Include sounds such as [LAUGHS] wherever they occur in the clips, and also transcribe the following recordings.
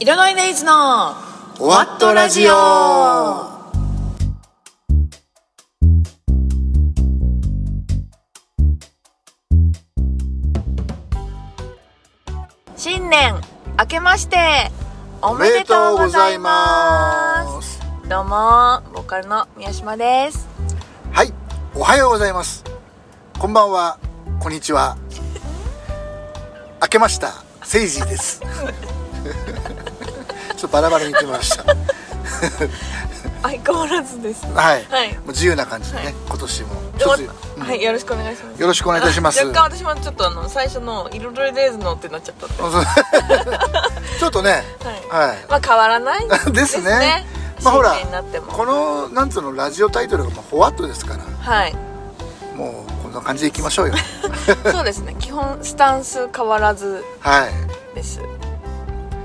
イラノイデイズのワワットラジオ新年明けましておおめでとうございますすどうもボーカルの宮島ですはいおはようございますこんばんはこんにちは明けましたセイジーです [LAUGHS] ちょっとバラバラに言ってみました相変わらずですはい、はいもう自由な感じでね、はい今年もで一わつ、うんはいよろしくお願いしますよろしくお願いいたしますあ若干私もちょっとあの最初の「イルドレデイズの」ってなっちゃったんで、そう [LAUGHS] ちょっとねはいはい、まあ変わらない [LAUGHS] ですねままあほらになってもこのなんつうのラジオタイトルがもうほわっとですから [LAUGHS] はいもうこんな感じでいきまし [LAUGHS] ょうよそうですね基本スタンス変わらずはいです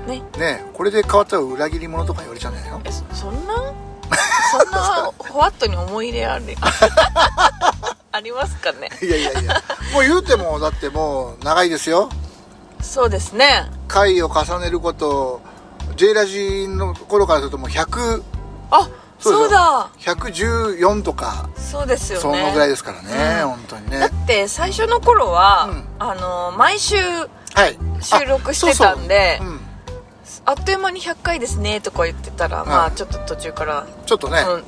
ねねえこれで変わったら裏切り者とか言われちゃうんじゃないのえそそんなそんなほわっとに思い入れある [LAUGHS] ありますかねいやいやいやもう言うてもだってもう長いですよそうですね回を重ねること J ラジの頃からするともう100あそうそうですよだ114とかそうですよねそのぐらいですからね、うん本当にねだって最初の頃は、うんあの毎週はい収録してたんであそうそううんあっという間に100回ですねとか言ってたら、まあちょっと途中から、ちょっとね、うん、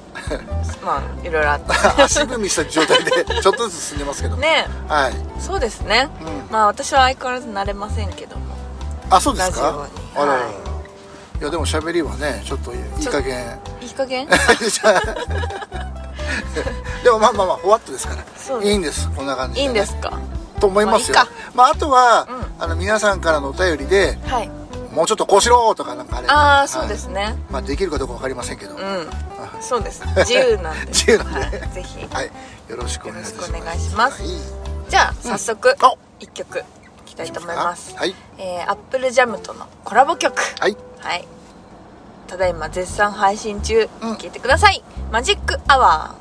まあいろいろあっ [LAUGHS] 足踏みした状態でちょっとずつ進んでますけどてもねはい、そうですね、うんまあ私は相変わらず慣れませんけどもあそうですかラジオにあららら、、はいやでも喋りはねちょっといい加減いい加減 [LAUGHS] でもまあまあまあほわっとですからそうですいいんですこんな感じいで、ね、いんです [LAUGHS] かと思いますよまあいいまあ、あとは、あの皆さんからのお便りではいもうちょっとこうしろとかなんかあればあはあいそうですね、まあ、できるかどうかわかりませんけど、はうんそう [LAUGHS] です自由なんで自由なんではい、ぜひいよろしくお願いしますよろしくお願いしますはいじゃあ早速あ一曲いきたいと思いますはいえー、アップルジャムとのコラボ曲はいはいただいま絶賛配信中、うん聞いてくださいマジックアワ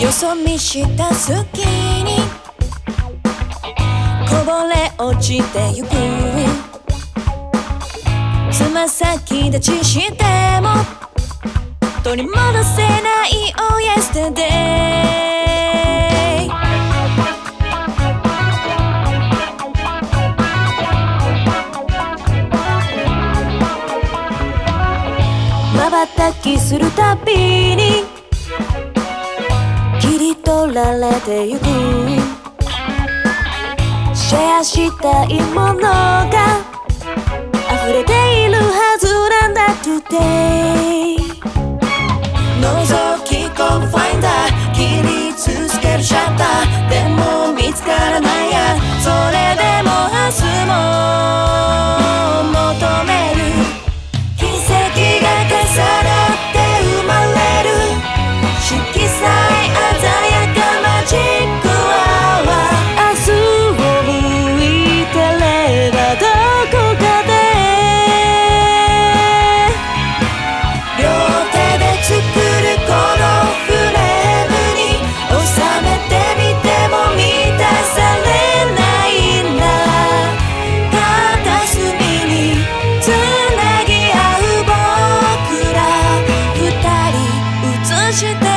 よそ見した隙にこぼれ落ちてゆくつま先立ちしても取り戻せない Oh yesterday まばたきするたびに切り取られてゆくシェアしたいものが溢れているはずなんだ today 覗き込むファインダー切り続けるシャッターでも見つからないやそれでも明日も求める奇跡が重なって生まれる色彩鮮やかマジックアワー明日を向いてればどこかで両手で作るこのフレームに収めてみても満たされないんだ片隅につなぎ合う僕ら二人映して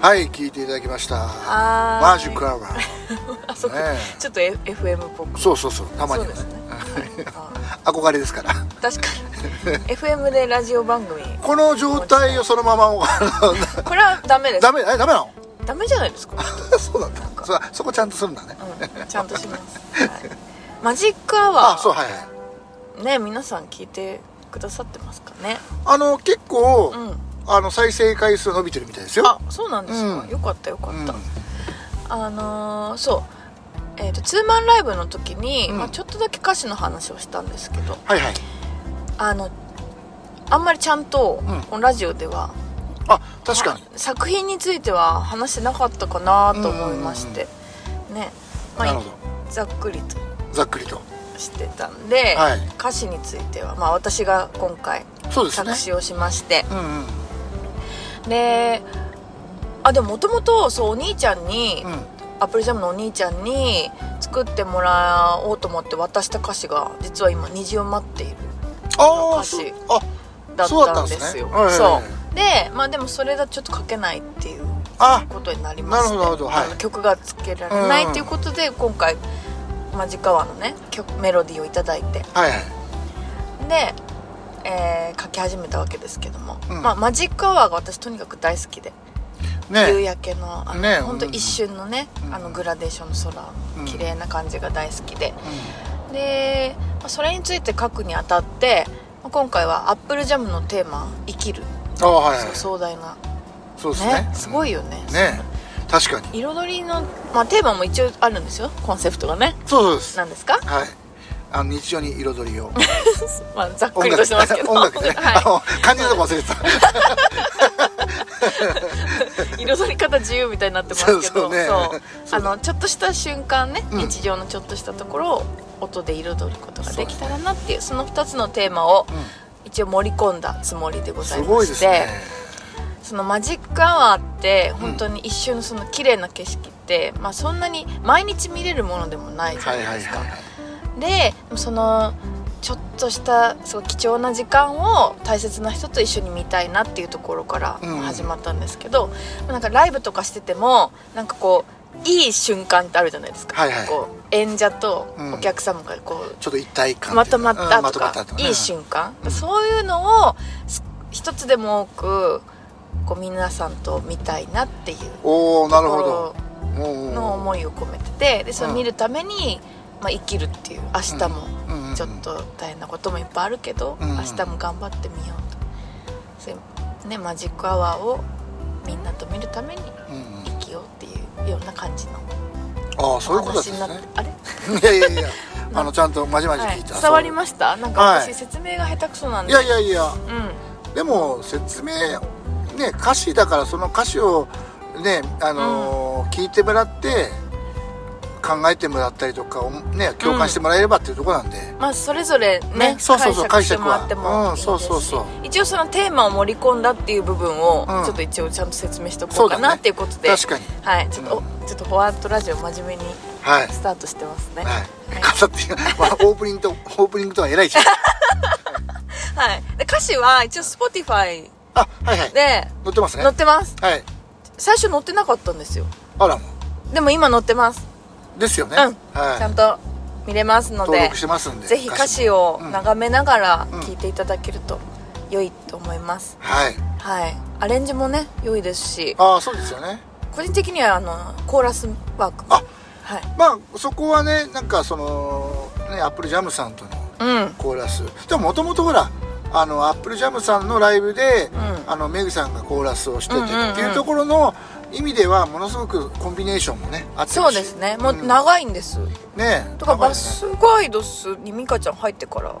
はい聞いていただきましたはーいマジックアワーー [LAUGHS] あそこ、ねえちょっと、F、FM っぽくそうそうそうたまには、ねそうですね憧れですから確かに [LAUGHS] FM でラジオ番組この状態をそのままあのこれはダメです [LAUGHS] ダメえダメなのダメじゃないです [LAUGHS] か、そうなんだそそこちゃんとするんだねうん、ちゃんとします、はいマジックアあワそうーはいはいね皆さん聞いてくださってますかねあの結構、うんあの再生回数伸びてるみたいですよあそうなんですか、うんよかったよかうんった、あのーそうえー、とツーマンライブの時に、うんまあ、ちょっとだけ歌詞の話をしたんですけどはいはいあのあんまりちゃんと、うんこのラジオではあ確かにあ作品については話してなかったかなと思いまして、ね、まなあるほどざっくりとざっくりとしてたんで、はい歌詞については、まあ、私が今回そうですね作詞をしましてうんうんで,、あでももともとそうお兄ちゃんに、うんアプリジャムのお兄ちゃんに作ってもらおうと思って渡した歌詞が実は今「虹を待っているああ歌詞あ」だっそうだったたんんでですすねよ。はいはいはいそうでまあでもそれだとちょっと書けないっていうあことになりましてなるほどなるほどはいあの曲がつけられないっていうことで、今回マジカワのね曲メロディーをいただいてはいはいで、えー書き始めたわけですけども、うんまあ、マジカワが私とにかく大好きで、夕ね焼けのあの、ねほんと一瞬のね、うんあのグラデーションの空うん綺麗な感じが大好きで、で、まあそれについて書くにあたってまあ今回はアップルジャムのテーマ「生きるああはい」はい壮大なそうですねねすごいよねね確かに彩りの、まあ、テーマも一応あるんですよコンセプトがねそうそうですなんですか、はいあの日常に彩 [LAUGHS] りをまあ、ざっくりとしてますけど音楽でね、あ [LAUGHS] はの感じるとこ忘れてたい、彩り方自由みたいになってますけどそうそうねそうそうあのちょっとした瞬間ねうん日常のちょっとしたところを音で彩ることができたらなっていうその2つのテーマを一応盛り込んだつもりでござすいごまいでしすて、ねそのマジックアワーって本当に一瞬その綺麗な景色って、まあ、そんなに毎日見れるものでもないじゃはいないはいですか。はいでそのちょっとしたすごい貴重な時間を大切な人と一緒に見たいなっていうところからうん始まったんですけど、なんかライブとかしててもなんかこういい瞬間ってあるじゃないですか、はいはいこう演者とうんお客様がこちょっと一体う、感まとまったうんまととかまったとかねいい瞬間、そういうのをす一つでも多くこう皆さんと見たいなっていうおおなるほとこどろおーの思いを込めててでそれを見るために、まあ、生きるっていう明日も。うんうんうんちょっと大変なこともいっぱいあるけど、うん明日も頑張ってみようとそういうねマジックアワーをみんなと見るためにうんうん生きようっていうような感じのああそういうことだっ話たになって、んであれ、す [LAUGHS] ねいやいや [LAUGHS] いやあのちゃんとまじまじは聞いいた、伝わりすましたなんかはい私説明が下手くそなんいで、やいやいやうんでも説明ね歌詞だからその歌詞をねあのー聞いてもらって考えてもらったりとかをね共感してもらえればっていうところなんで、まあそれぞれねねそうそうそう解釈してもらって解釈はもいいですし、うんそうそうそう一応そのテーマを盛り込んだっていう部分をうんちょっと一応ちゃんと説明しておそこううだかねなっていうことで、確かにはいちょっと、おちょっとホワットラジオ真面目にはいスタートしてますねはい傘って [LAUGHS] いう、まあ、オープニングとオープニングとはえらい違 [LAUGHS] うはい、で歌詞は一応 Spotify あはいはいで乗ってますね載ってますはい最初載ってなかったんですよあらもでも今載ってます、うですよね、うん、ちゃはんいと見れますの登で録してますんでぜひ歌詞をを眺めながらうん聴いていただけると良いと思います、はいはいアレンジもね良いですしああそうですよね個人的にはあのコーラスワークもあはいまあそこはねなんかそのねアップルジャムさんとのうんコーラスでももともとほらあのアップルジャムさんのライブで、んあのメグさんがコーラスをしててうんうんうんっていうところの意味ではものすごくコンビネーションもねあってるしそうですねもうん長いんです、ねとか長いバねスガイドスにミカちゃん入ってから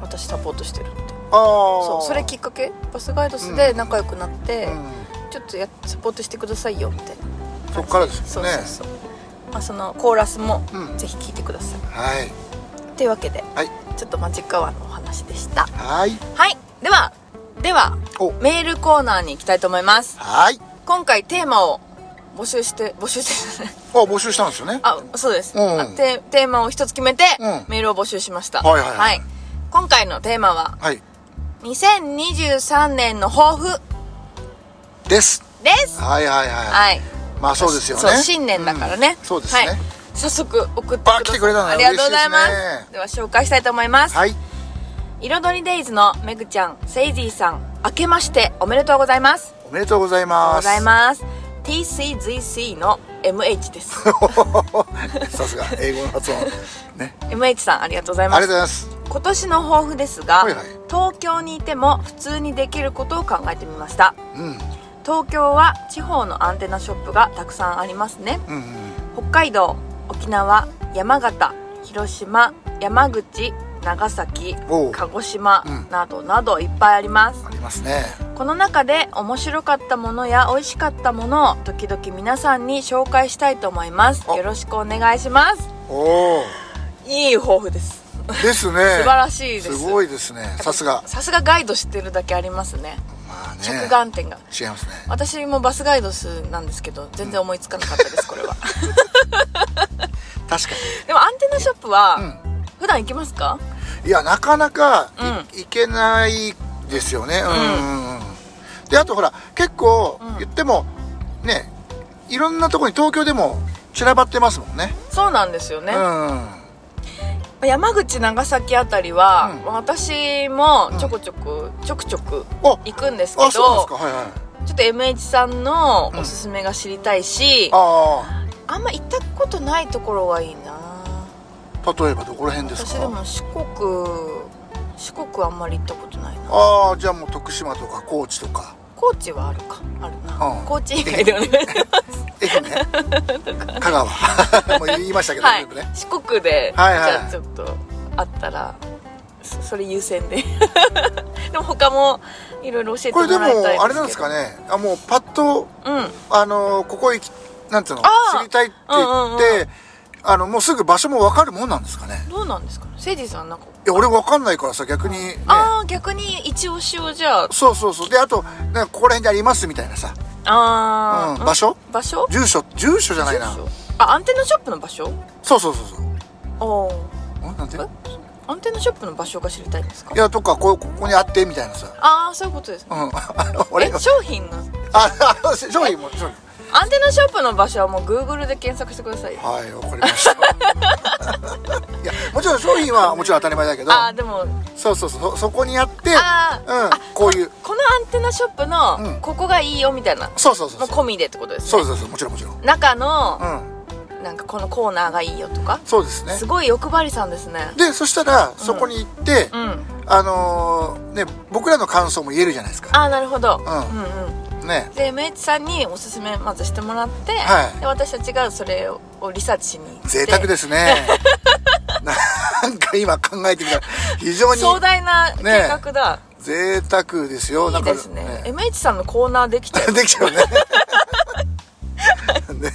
私サポートしてるってあーそうそれきっかけバスガイドスで仲良くなって、うんちょっとやサポートしてくださいよみたいなそっからですそようねそうそう、まあ、そのコーラスもうんぜひ聴いてください、はいというわけではいちょっとマジックアワーのお話でしたはいはいではではおメールコーナーに行きたいと思いますはい今回テーマを募集して募集してあ募集したんですよね [LAUGHS] あそうです、うんあテテーマを一つ決めてうんメールを募集しました、はいはいはい今回のテーマははい2023年の抱負ですですはいはいはい、はいまあそうですよねそう新年だからね、うんそうですねはい、早速送ってくあだ来さてくれたのありがとうございます嬉しいですねでは紹介したいと思います、はい彩りデイズのめぐちゃんセイジーさん明けましておめでとうございますおめでとうございおまめすでとうございます TCZC の MH です [LAUGHS] す [LAUGHS] さすが英語の発音ね MH さんありがとうございありがまとうごすざいます今年の抱負ですが、はいはい東京にいても普通にできることを考えてみましたうん東京は地方のアンテナショップがたくさんありますねうんうん北海道沖縄山形広島山口長崎おう鹿児島うんなどなどいっぱいありますありますねこの中で面白かったものや美味しかったものを時々皆さんに紹介したいと思いますあよろしくお願いしますおおいい抱負ですですね。素素晴らしいですすごいですね。さすが。さすがガイドしてるだけありますねまあね。着眼点が違いますね。私もバスガイド数なんですけど全然思いつかなかったですこれ [LAUGHS] は確かでもアンテナショップはに。普段行きますかうん。いや、なかなかい、ういけないですよね。うんうんうん。で、あとほら、結構うん、言っても、ね、いろんなとこに東京でも散らばってますもんね。そうなんですよね、うん。山口長崎あたりは、うん私もちょこちょこ、ちょくちょくお行くんですけどあ、ちそうょなんですか。はいはい。っと MH さんのおすすめが知りたいし、ああんま行ったことないところがいいなあ、例えばどこら辺です私かでも四国四国あんまり行ったことないなああ、じゃあもう徳島とか高知とか。高知はあるかあるな、うん高知以外でお [LAUGHS] 願いします愛 [LAUGHS] 媛香川もう言いましたけど、はい全部ね、四国で、はいはいじゃあちょっとあったらそそれ優先で [LAUGHS] でも他もいろいろ教えてこもれらいでもたいですけどあれなんですかねあもうパッとうんあのここ行きなんていうのあー知りたいって言っうて、んうんうんあのもうすぐ場所も分かるもんなんですかねどうなんですかねセイジさんなんか、いや俺分かんないからさ逆にねああ逆に一押しをじゃあそうそうそうであとなんかここら辺でありますみたいなさ、あー、うん、場所場所住所住所じゃないな住所あアンテナショップの場所そうそうそうそうおんなんていえアンテナショップの場所が知りたいんですかやとかこうここにあってみたいなさああそういうことですねうん俺え商品のああ商品も商品アンテナショップの場所はもう Google で検索してくださいはい、わかりました。 [LAUGHS] いや、もちろん商品はもちろん当たり前だけど、ああでもそうそうそう、そこにあって、あーうんあこういうこのアンテナショップの、うんここがいいよみたいなそうそうそもううそ込う。みでってことですそねうそうそう、もちろんもちろん。中のう、ん、なんかこのコーナーがいいよとかそうですねす。ごい欲張りさんですねで、そしたら、そこに行って、うんあのーね、僕らの感想も言えるじゃないですか。ああなるほど、うんうんうんね。で MH さんにおすすめまずしてもらって、はいで私たちがそれをリサーチしに行って贅沢ですね。 [LAUGHS] なんか今考えてみたら、非常に壮大な計画だ、贅沢ですよ。いいですね MH さんのコーナーできちゃう [LAUGHS] できちゃうね。 [LAUGHS] ね、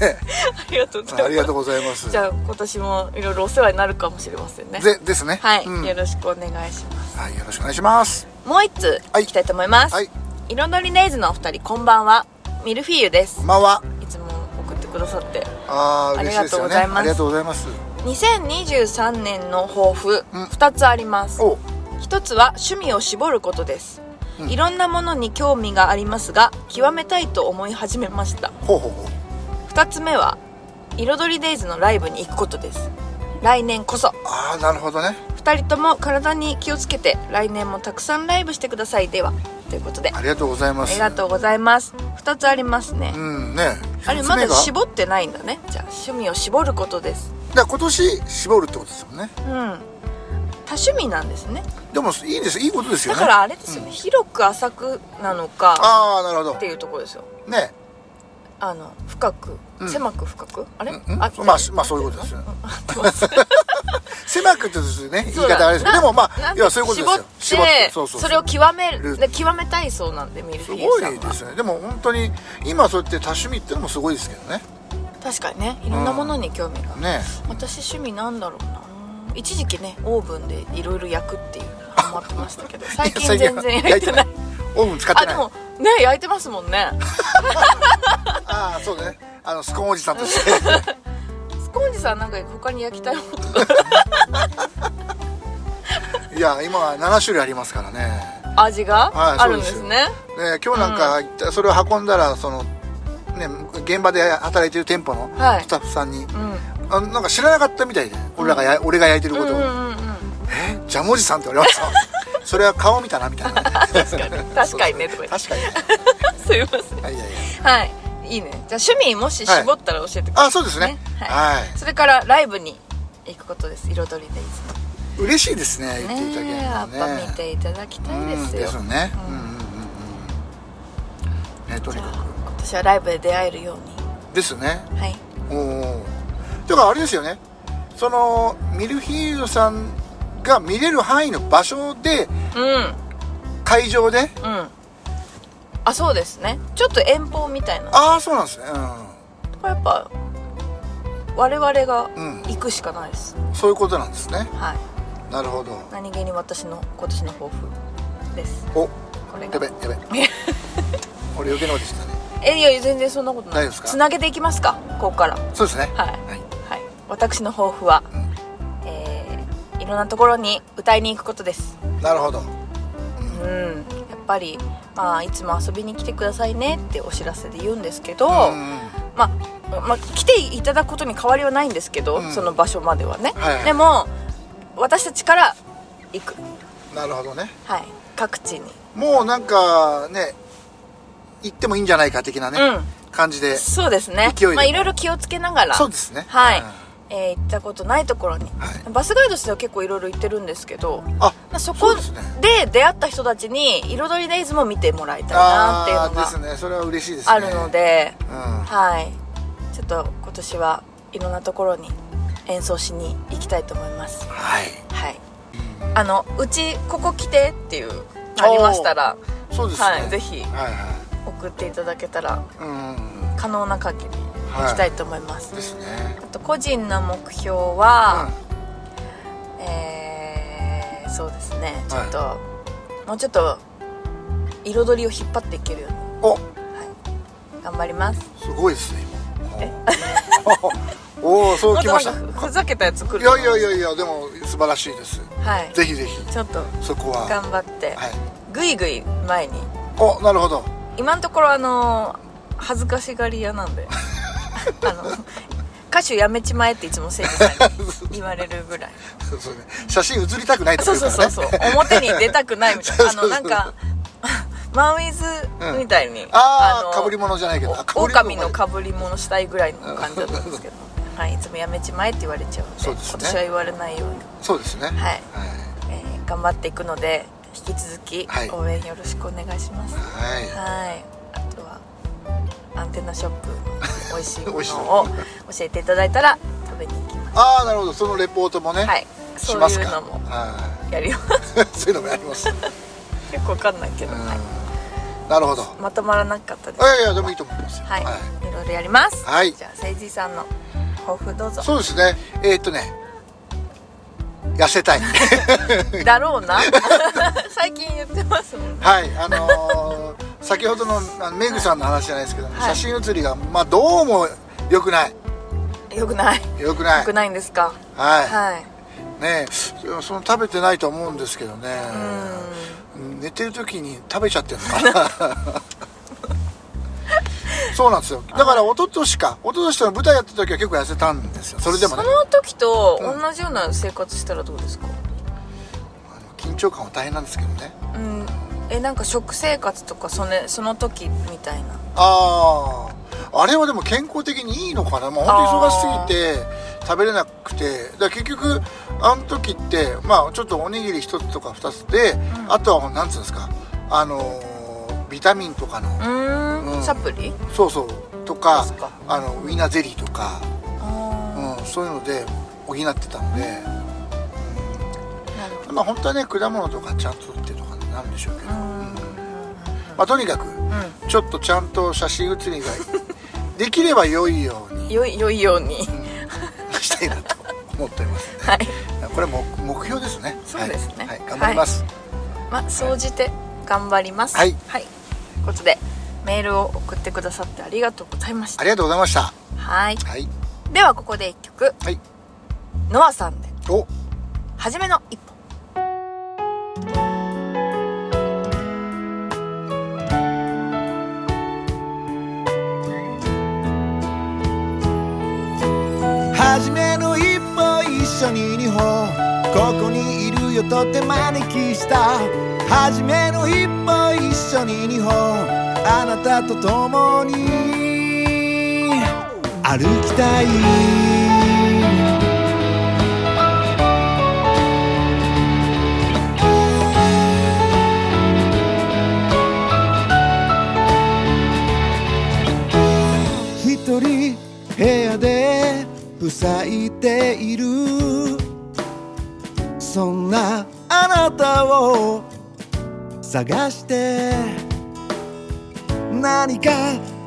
ありがとうございますありがとうございます。じゃあ今年もいろいろお世話になるかもしれませんねぜですね。はい、うんよろしくお願いしますはい、よろしくお願いします。もう一つはいいきたいと思います、はい、彩りレイズのお二人こんばんはミルフィーユですこんばんは。いつも送ってくださってああ、あり嬉しいがですとうよごね。ざいますありがとうございます。 2023年の抱負うん2つあります、お、一つは趣味を絞ることです、うんいろんなものに興味がありますが極めたいと思い始めましたほうほうほう。二つ目は彩りデイズのライブに行くことです来年こそああ、なるほどね。二人とも体に気をつけて来年もたくさんライブしてくださいではということであありがとうございます。りがとうございます二つありますね、うん、ね。あれ一つま目だが絞ってないんだねじゃあ趣味を絞ることですだから今年絞るってことですよね。うん多趣味なんですねでも、いいです。いいことですよだね。からあれですよね、広く浅くなのかああ、なるほっどて。いうところですよね。あの深く、うん狭く深くあれ、うんうんあってるまあしまあそうい [LAUGHS] うことですよね合ってます狭くってですね、言そいうだ方あれですけど、なでも、まなあ、んいや、そういうことですよ。絞ってそそうそうう。れを極めるるで極めたいそうなんでミルすフィーごユさんいではすよね。でも、本当に、今そうやって多趣味ってのもすごいですけどね。確かにねいろんなものに興味が、ね。私趣味なんだろうな一時期ねオーブンでいろいろ焼くっていうのがハマってましたけど最近全然焼いてないや。オーブン使っ [LAUGHS] てあでない。もね焼いてますもんねああそうねあのスコーンおじさんとして [LAUGHS] スコーンジさんなんか他に焼きたいものとかいや今は7種類ありますからね味がはいあるんですね、ね今日なんか行ったそれを運んだらそのね現場で働いてる店舗のはいスタッフさんに、うんあなんか知らなかったみたいで俺らがや、俺が焼いてるうこんうとを、んうんうんえジャムおじさんって言われました [LAUGHS] それは顔見たなみたいな確かに確かにねとか言って確かに [LAUGHS] すいませんはいいやいやはい、いいね。じゃあ趣味もし絞ったら教えてください、あそうですねはい。はい、それからライブに行くことです。彩りでい嬉しいですねつ言も。っていただけねえ、るやっのはねぱ見ていただきたいですうんよ。ですよね、ううんん、うんうんうんねとにじゃかあ私はライブで出会えるようくですねに。はい。おおだからあれですよねそのミルフィーユさんが見れる範囲の場所でう会場でん、うん。あ、そうですね。ちょっと遠方みたいな。ああそうなんですねこれやっぱ我々がうん行くしかないです。うんそういうことなんですねはい。なるほど何気に私の今年の抱負ですおこれやがべ [LAUGHS] やべ俺余計なことしたねえいや全然そんなことない大丈夫ですかつなげていきますかここからそうですねはい、はいはい、私の抱負は、えーいろんなところに歌いに行くことですなるほどうんやっぱりまあいつも遊びに来てくださいねってお知らせで言うんですけど、うんまあ、まあ、来ていただくことに変わりはないんですけど、うんその場所まではね、はいでも私たちから行くなるほどねはい各地にもうなんかね行ってもいいんじゃないか的なね、うん感じでそうですね勢いでまあいろいろ気をつけながらそうですねはい、うんえー行ったことないところに、はバスガイドとしては結構いろいろ行ってるんですけどあまあそこうですねで出会った人たちに彩りデイズも見てもらいたいなっていうあのあがーですねそれは嬉しいですねあるのでうん、ははいちょっと今年はいろんなところに演奏しに行きたいと思いますいはいあのうちここ来てっていうありましたら、そうですね、はい、ぜひはいはい送っていただけたらうん可能な限り行きたいと思います、ですねあと個人の目標うんは、えーそうですねちょっと、もうちょっと彩りを引っ張っていけるようにお頑張りますすごいですね今おおそうきましたもっとなんかふざけたやつ来いるやいやいややいやでも素晴らしいですはいぜひぜひちょっとそこは頑張ってはいぐいぐい前におなるほど今のところあの恥ずかしがり屋なん [LAUGHS] であの歌手やめちまえっていつもせいじさんに言われる [LAUGHS] ぐらいそうそうね写真写りたくないとそかう言うそうからそうねそう表に出たくないみたいなあ [LAUGHS] そうのそうそうなんかマンウィズみたいに、あのあかぶり物じゃないけどあ被りオオ物カミのかぶり物したいぐらいの感じだったんですけど、はい、いつもやめちまえって言われちゃうんでそうですね今年は言われないように、そうですねはいはえー頑張っていくので引き続きはい応援よろしくお願いしますはいはいあとはアンテナショッ [LAUGHS] プの美味しいも美味しいのを教えていただいたら食べに行きますああなるほどそのレポートもね、はいしそうますいかうのもはやるよい [LAUGHS] そういうのもやります、う [LAUGHS] よくわかんないけど、はいん、なるほどまとまらなかったですいやいやでもいいと思いますよはい、い、ろいろやります、はいじゃあ誠治さんの抱負どうぞそうですねえーっとね痩せたい [LAUGHS] だろうな最近言ってますもんねはいあのー先ほどのあのメグさんの話じゃないですけど、はい写真写りがまあどうも良くないよくない良くないよくないんですかはい、はいねえその食べてないと思うんですけどね寝てる時に食べちゃってるのかな [LAUGHS] そうなんですよだから一昨年か一昨年の舞台やった時は結構痩せたんですよそれでもねその時と同じような生活したらどうですかあの緊張感は大変なんですけどねうんえなんか食生活とかそ,、ね、その時みたいなあああれはでも健康的にいいのかなもう本当に忙しすぎて食べれなくてだから結局あの時ってまあちょっとおにぎり1つとか2つで、あとは何つうんですかあのービタミンとかの、うーんうんサプリそうそうとかそうっすかあのウィナーゼリーとか、あうん、そういうので補ってたので、ーなるほどまあ本当はね果物とかちゃんとってとかなんでしょうけど、うーんまあ、とにかくちょっとちゃんと写真写りが [LAUGHS] できれば良いように良い良いようにしたいなと思っております [LAUGHS] はいこれも目標ですねそうですねはい、はい頑張ります、まあ総じて頑張りますはいはい、ということでメールを送ってくださってありがとうございましあたりがとうございましたはいはいではここで一曲はいノアさんでお初めの一歩初めの一歩一緒に二歩ここにいるよと手招きした初めの一歩一緒に二歩あなたと共に歩きたい一人部屋で塞いでいるそんなあなたを探して何か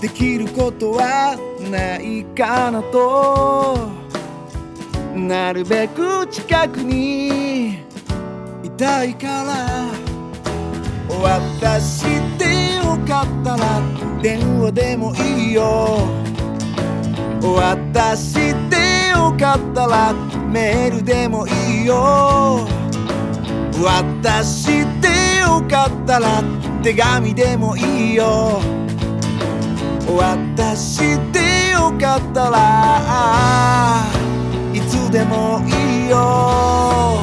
できることはないかなとなるべく近くにたいから終わったしてよかったら電話でもいいよ終わったしてよかったらメールでもいいよ終わったしてよかったら手紙でもいいよ終わったしてよかったらいつでもいいよ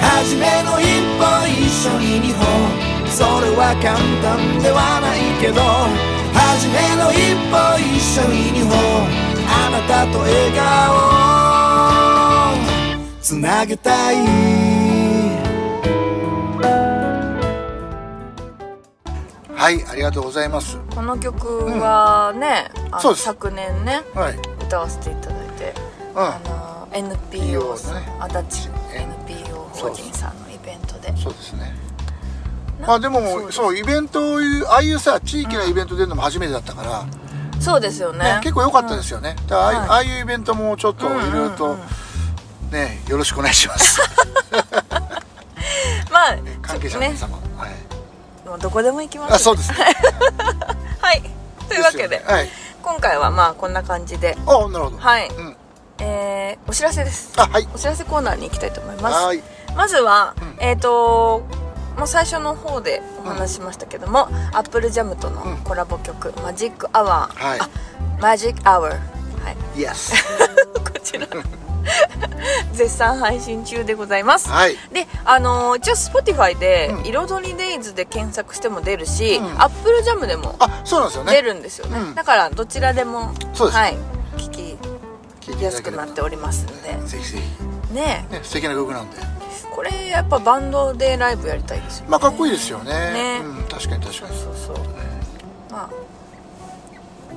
初めの一歩一緒に二歩それは簡単ではないけど初めの一歩一緒に二歩あなたと笑顔をつなげたいはいありがとうございますこの曲はね、あのそうです昨年ねはい歌わせていただいて、あの NPO さん、ね足立 NPO 法人さんのイベントでそうですねまあでもそうイベントをいうああいうさ地域のイベント出るのも初めてだったから、そうですよねね、結構良かったですよね、だからああいはいうああいうイベントもちょっといろいろとねよろしくお願いしますまあ関係者の皆様、はい、もうどこでも行きます、ね、あそうですねはいというわけでですよねはい今回はまあこんな感じであなるほどはいうん、えーお知らせですあはいお知らせコーナーに行きたいと思いますはーいまずは、うえっ、ともう最初の方でお話ししましたけども、アップルジャムとのうんコラボ曲、マジックアワー、はいあマジックア [LAUGHS] ワーはい Yes こちら絶賛配信中でございます、はいであのー一応 Spotify でう「ん彩りデイズ」で検索しても出るし、うん Apple Jam でもあそうなんですよね出るんですよねうんだからどちらでもそうですはい、聞聞いきていやすただけくれなばっておりますんでぜひぜひねえね素敵な曲なんでこれやっぱバンドでライブやりたいですよねまあかっこいいですよねねうん、確かに確かにそうそうそうまあ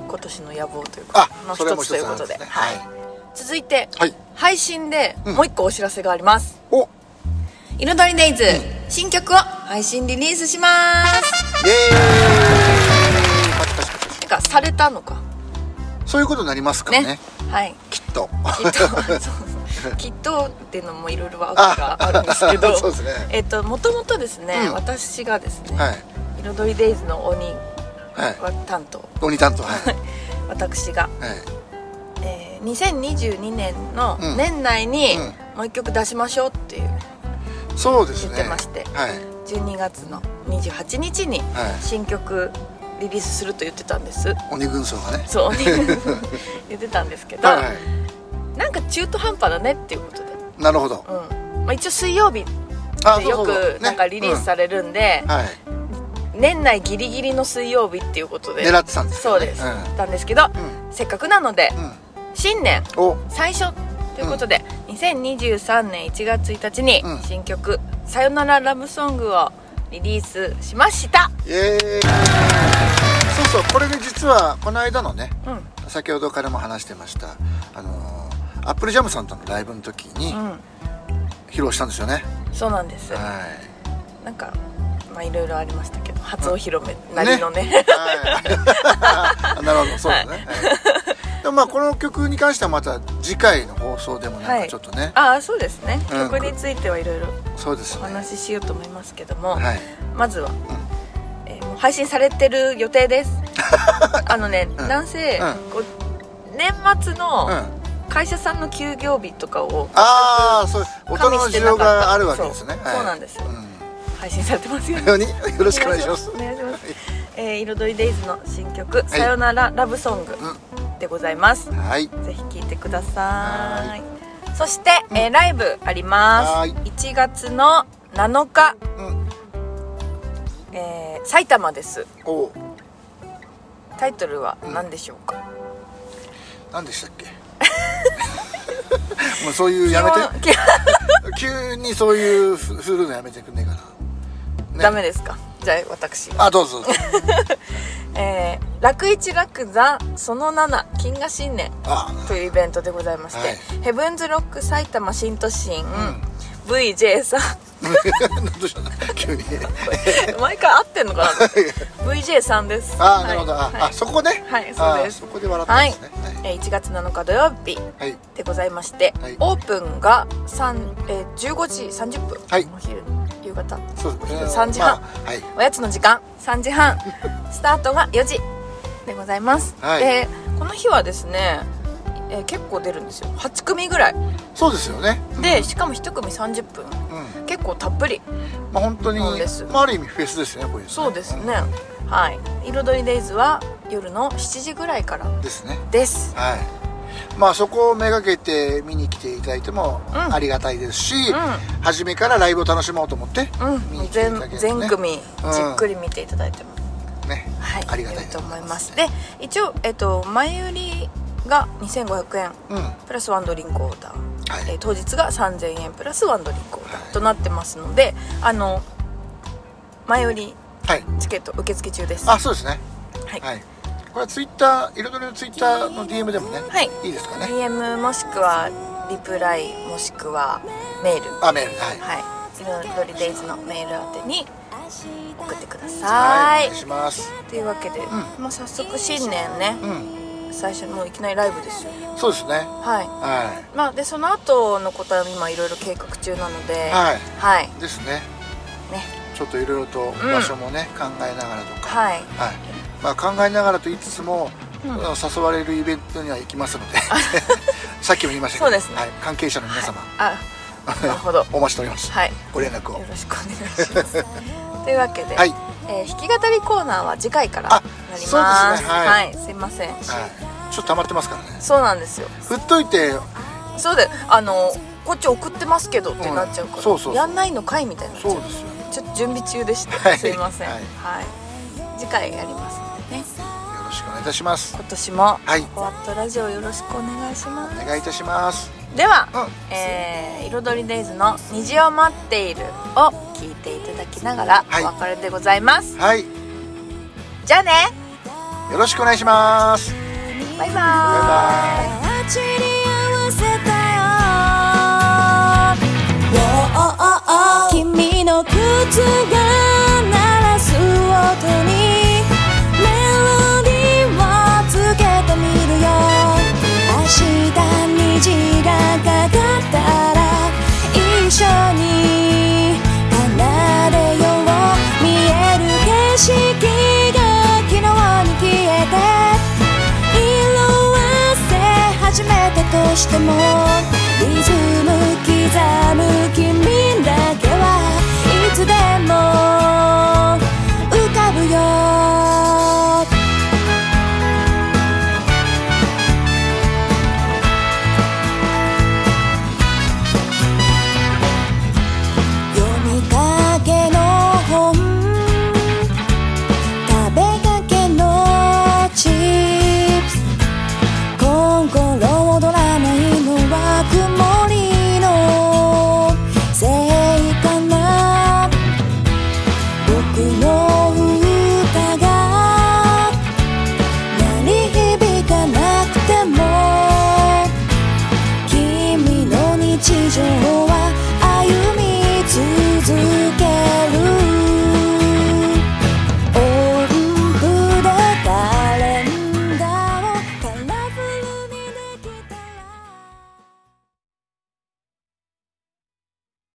今年の野望というかあのそれ一もつ一つということでなんですねはい続いて、はい配信でうんもう一個お知らせがありますお「彩りデイズ」新曲を配信リリースしますイエーイパチパチパチパチなんかされたのかそういうことになりますからねねはいきっときっとそうきっとっていうのもいろいろがあるんですけどそうですねえっともともとですね、うん私がですね「はい彩りデイズ」の鬼はいは担当鬼担当はい私が、はいえー2022年のうん年内にうんもう一曲出しましょうっていうそうですね言ってましてはい12月の28日にはい新曲リリースすると言ってたんです、鬼軍曹がねそう [LAUGHS] 言ってたんですけど、はなんか中途半端だねっていうことで、いなるほどうんまあ、一応水曜日あでよくなんかリリースされるんで、はい年内ギリギリの水曜日っていうことで狙ってたんですそうよねです、うんたんですけど、んせっかくなので、うん新年お最初ということで、2023年1月1日にうん新曲「さよならラブソング」をリリースしましたイエーイそうそうこれで実はこの間のねうん先ほどからも話してましたあのーアップルジャムさんとのライブの時にうん披露したんですよね、そうなんですはいなんかまあいろいろありましたけど初お披露目なりのねはい [LAUGHS] なるほどそうだね、ははいでもまあこの曲に関してはまた次回の放送でもなんはかいちょっと [LAUGHS] ね、ああそうですね、うん曲についてはいろいろそうですおね話ししようと思いますけども、はいまずは、えーもう配信されてる予定です [LAUGHS] あのね、なんせ、うんこう年末うのん会社さんの休業日とかをああそう大人の加味して需なか要ったがあるわけですねそうはいそうなんですよ配信されてますようん、 [LAUGHS] ようによろしくお願いしま [LAUGHS] すお願いします。えー、彩りデイズの新曲、さよならラブソングでございます。はいぜひ聴いてください。そして、えーライブありまはす。ー1月の7日、うんえー埼玉です。おタイトルは何でしょうか。何でしたっけ [LAUGHS] もうそういうやめて基 [LAUGHS] 本急にそういうふ振るのやめてくんねえかダメですか。じゃあ私。なあどうぞえー、楽一楽座その7金河新年あ [LAUGHS] というイベントでございまして、はいヘブンズロック埼玉新都心、VJ [LAUGHS] さんどうしたの急に毎回合ってんのかな VJ さんですああなるほど、はいあ、あそこねはいそうですあそこで笑ったんですね、はいえー1月7日土曜日はいでございまして、はいオープンが、三えー、15時30分、はいお昼夕方そうですね3時半まあはいおやつの時間3時 [LAUGHS] 半スタートが4時でございます、はいでこの日はですね、えー結構出るんですよ8組ぐらいそうですよねでしかも1組30分うん結構たっぷりまあ本当にそうですまあある意味フェスですよねこういうのねそうですねはい「彩りデイズ」は夜の7時ぐらいからですねですはいまあそこをめがけて見に来ていただいてもんありがたいですし、ん初めからライブを楽しもうと思って見うにん来ていた全だけるとね、全組うんじっくり見ていただいても、ね、はいありがたいと思いますねで一応えっと前売りが2500円うんはプラスワンドリンクオーダーい、えー当日が3000円プラスワンドリンクオーダーとなってますので、あの前売りはい、チケット受付中ですあそうですねはいはいこれはツイッター彩りのツイッターの DM でもね、はいいですかね DM もしくはリプライもしくはメールあメールはいはい彩りデイズのメール宛てに送ってくだはさいいお願いしますというわけで、まあ、早速新年ね、うん最初にもういきなりライブですよそうですねははいまあでその後のことは今いろいろ計画中なのでいはい、はいですねねちょっといろいろと場所もね、考えながらとかはいはいまあ、考えながらと言いつつも、うんあの誘われるイベントには行きますので [LAUGHS] さっきも言いましたけどそうですねはい、関係者の皆様、あなるほど [LAUGHS] お待ちしております、はいご連絡をよろしくお願いしますというわけで、はいえー弾き語りコーナーは次回からあなりますそうですねははいい、すいません、はい、ちょっと溜まってますからねそうなんですよ振っといてそうであのこっち送ってますけどってなっちゃうから、うんそうそうそうやんないのかいみたいになっちゃそううですよよちょっと準備中でして、はいすいませんははいい、次回やりますんでねろしくお願いいたします今年もはい「ホワットラジオ」よろしくお願いしますお願いいたしますでは、うんえー彩りデイズの「虹を待っている」を聞いていただきながらおはい別れでございます、はいよじゃあねろしくお願いしますバイババイーイバイ「ちに合わせたよ」「君の靴が鳴らす音に」「メロディーをつけてみるよ」「明日虹がかかったら一緒に奏でよう」「見える景色が昨日に消えて」色褪せ始めたとしても